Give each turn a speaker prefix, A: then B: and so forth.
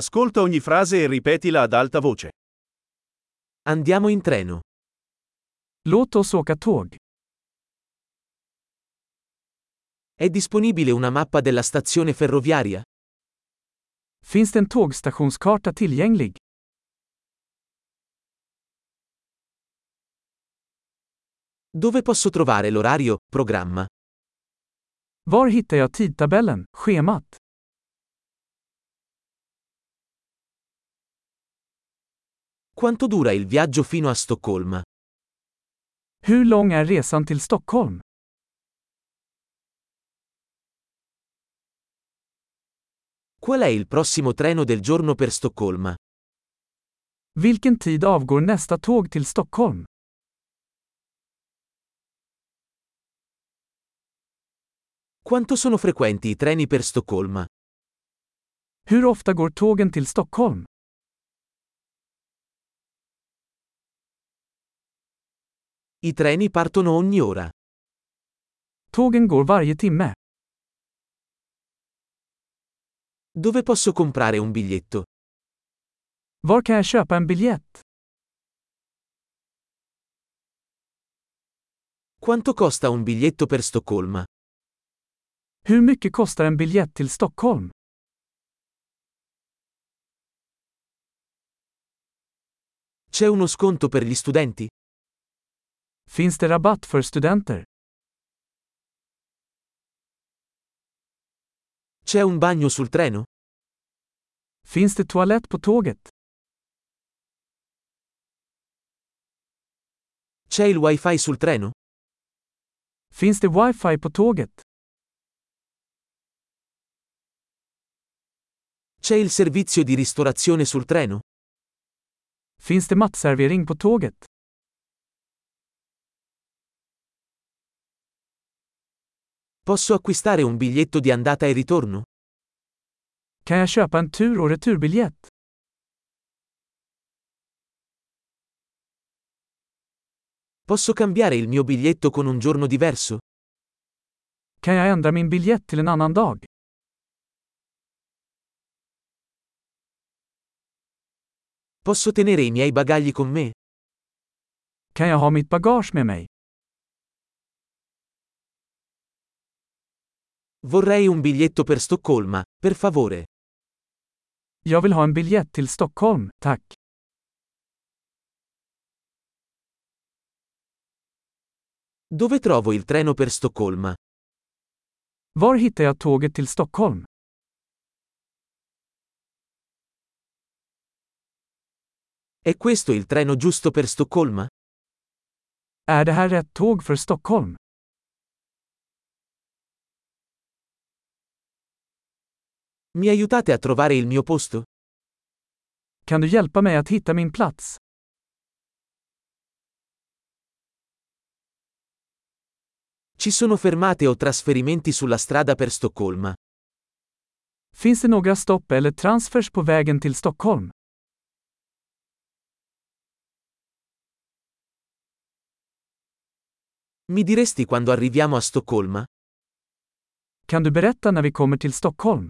A: Ascolta ogni frase e ripetila ad alta voce.
B: Andiamo in treno.
C: Låt oss åka tåg.
B: È disponibile una mappa della stazione ferroviaria?
C: Finns det en tågstationskarta tillgänglig?
B: Dove posso trovare l'orario, programma?
C: Var hittar jag tidtabellen, schemat?
B: Quanto dura il viaggio fino a Stoccolma?
C: Hur lång är resan till Stockholm?
B: Qual è il prossimo treno del giorno per Stoccolma?
C: Vilken tid avgår nästa tåg till Stockholm?
B: Quanto sono frequenti i treni per Stoccolma?
C: Hur ofta går tågen till Stockholm?
B: I treni partono ogni ora.
C: Tågen går varje timme.
B: Dove posso comprare un biglietto?
C: Var kan jag köpa en biljett?
B: Quanto costa un biglietto per Stoccolma?
C: Hur mycket kostar en biljett till Stockholm?
B: C'è uno sconto per gli studenti?
C: Finns det rabatt för studenter?
B: C'è un bagno sul treno?
C: Finns det toalett på tåget?
B: C'è il wifi sul treno?
C: Finns det wifi på tåget?
B: C'è il servizio di ristorazione sul treno?
C: Finns det matservering på tåget?
B: Posso acquistare un biglietto di andata e ritorno?
C: Kan jag köpa en tur och returbiljett?
B: Posso cambiare il mio biglietto con un giorno diverso?
C: Kan jag ändra min biljett till en annan dag?
B: Posso tenere i miei bagagli con me?
C: Kan jag ha mitt bagage med mig?
B: Vorrei un biglietto per Stoccolma, per favore.
C: Jag vill ha en biljett till Stockholm, tack.
B: Dove trovo il treno per Stoccolma?
C: Var hittar jag tåget till Stockholm?
B: È questo il treno giusto per Stoccolma?
C: Är det här rätt tåg för Stockholm?
B: Mi aiutate a trovare il mio posto?
C: Kan du hjälpa mig att hitta min plats?
B: Ci sono fermate o trasferimenti sulla strada per Stoccolma?
C: Finns det några stopp eller transfers på vägen till Stockholm?
B: Mi diresti quando arriviamo a Stoccolma?
C: Kan du berätta när vi kommer till Stockholm?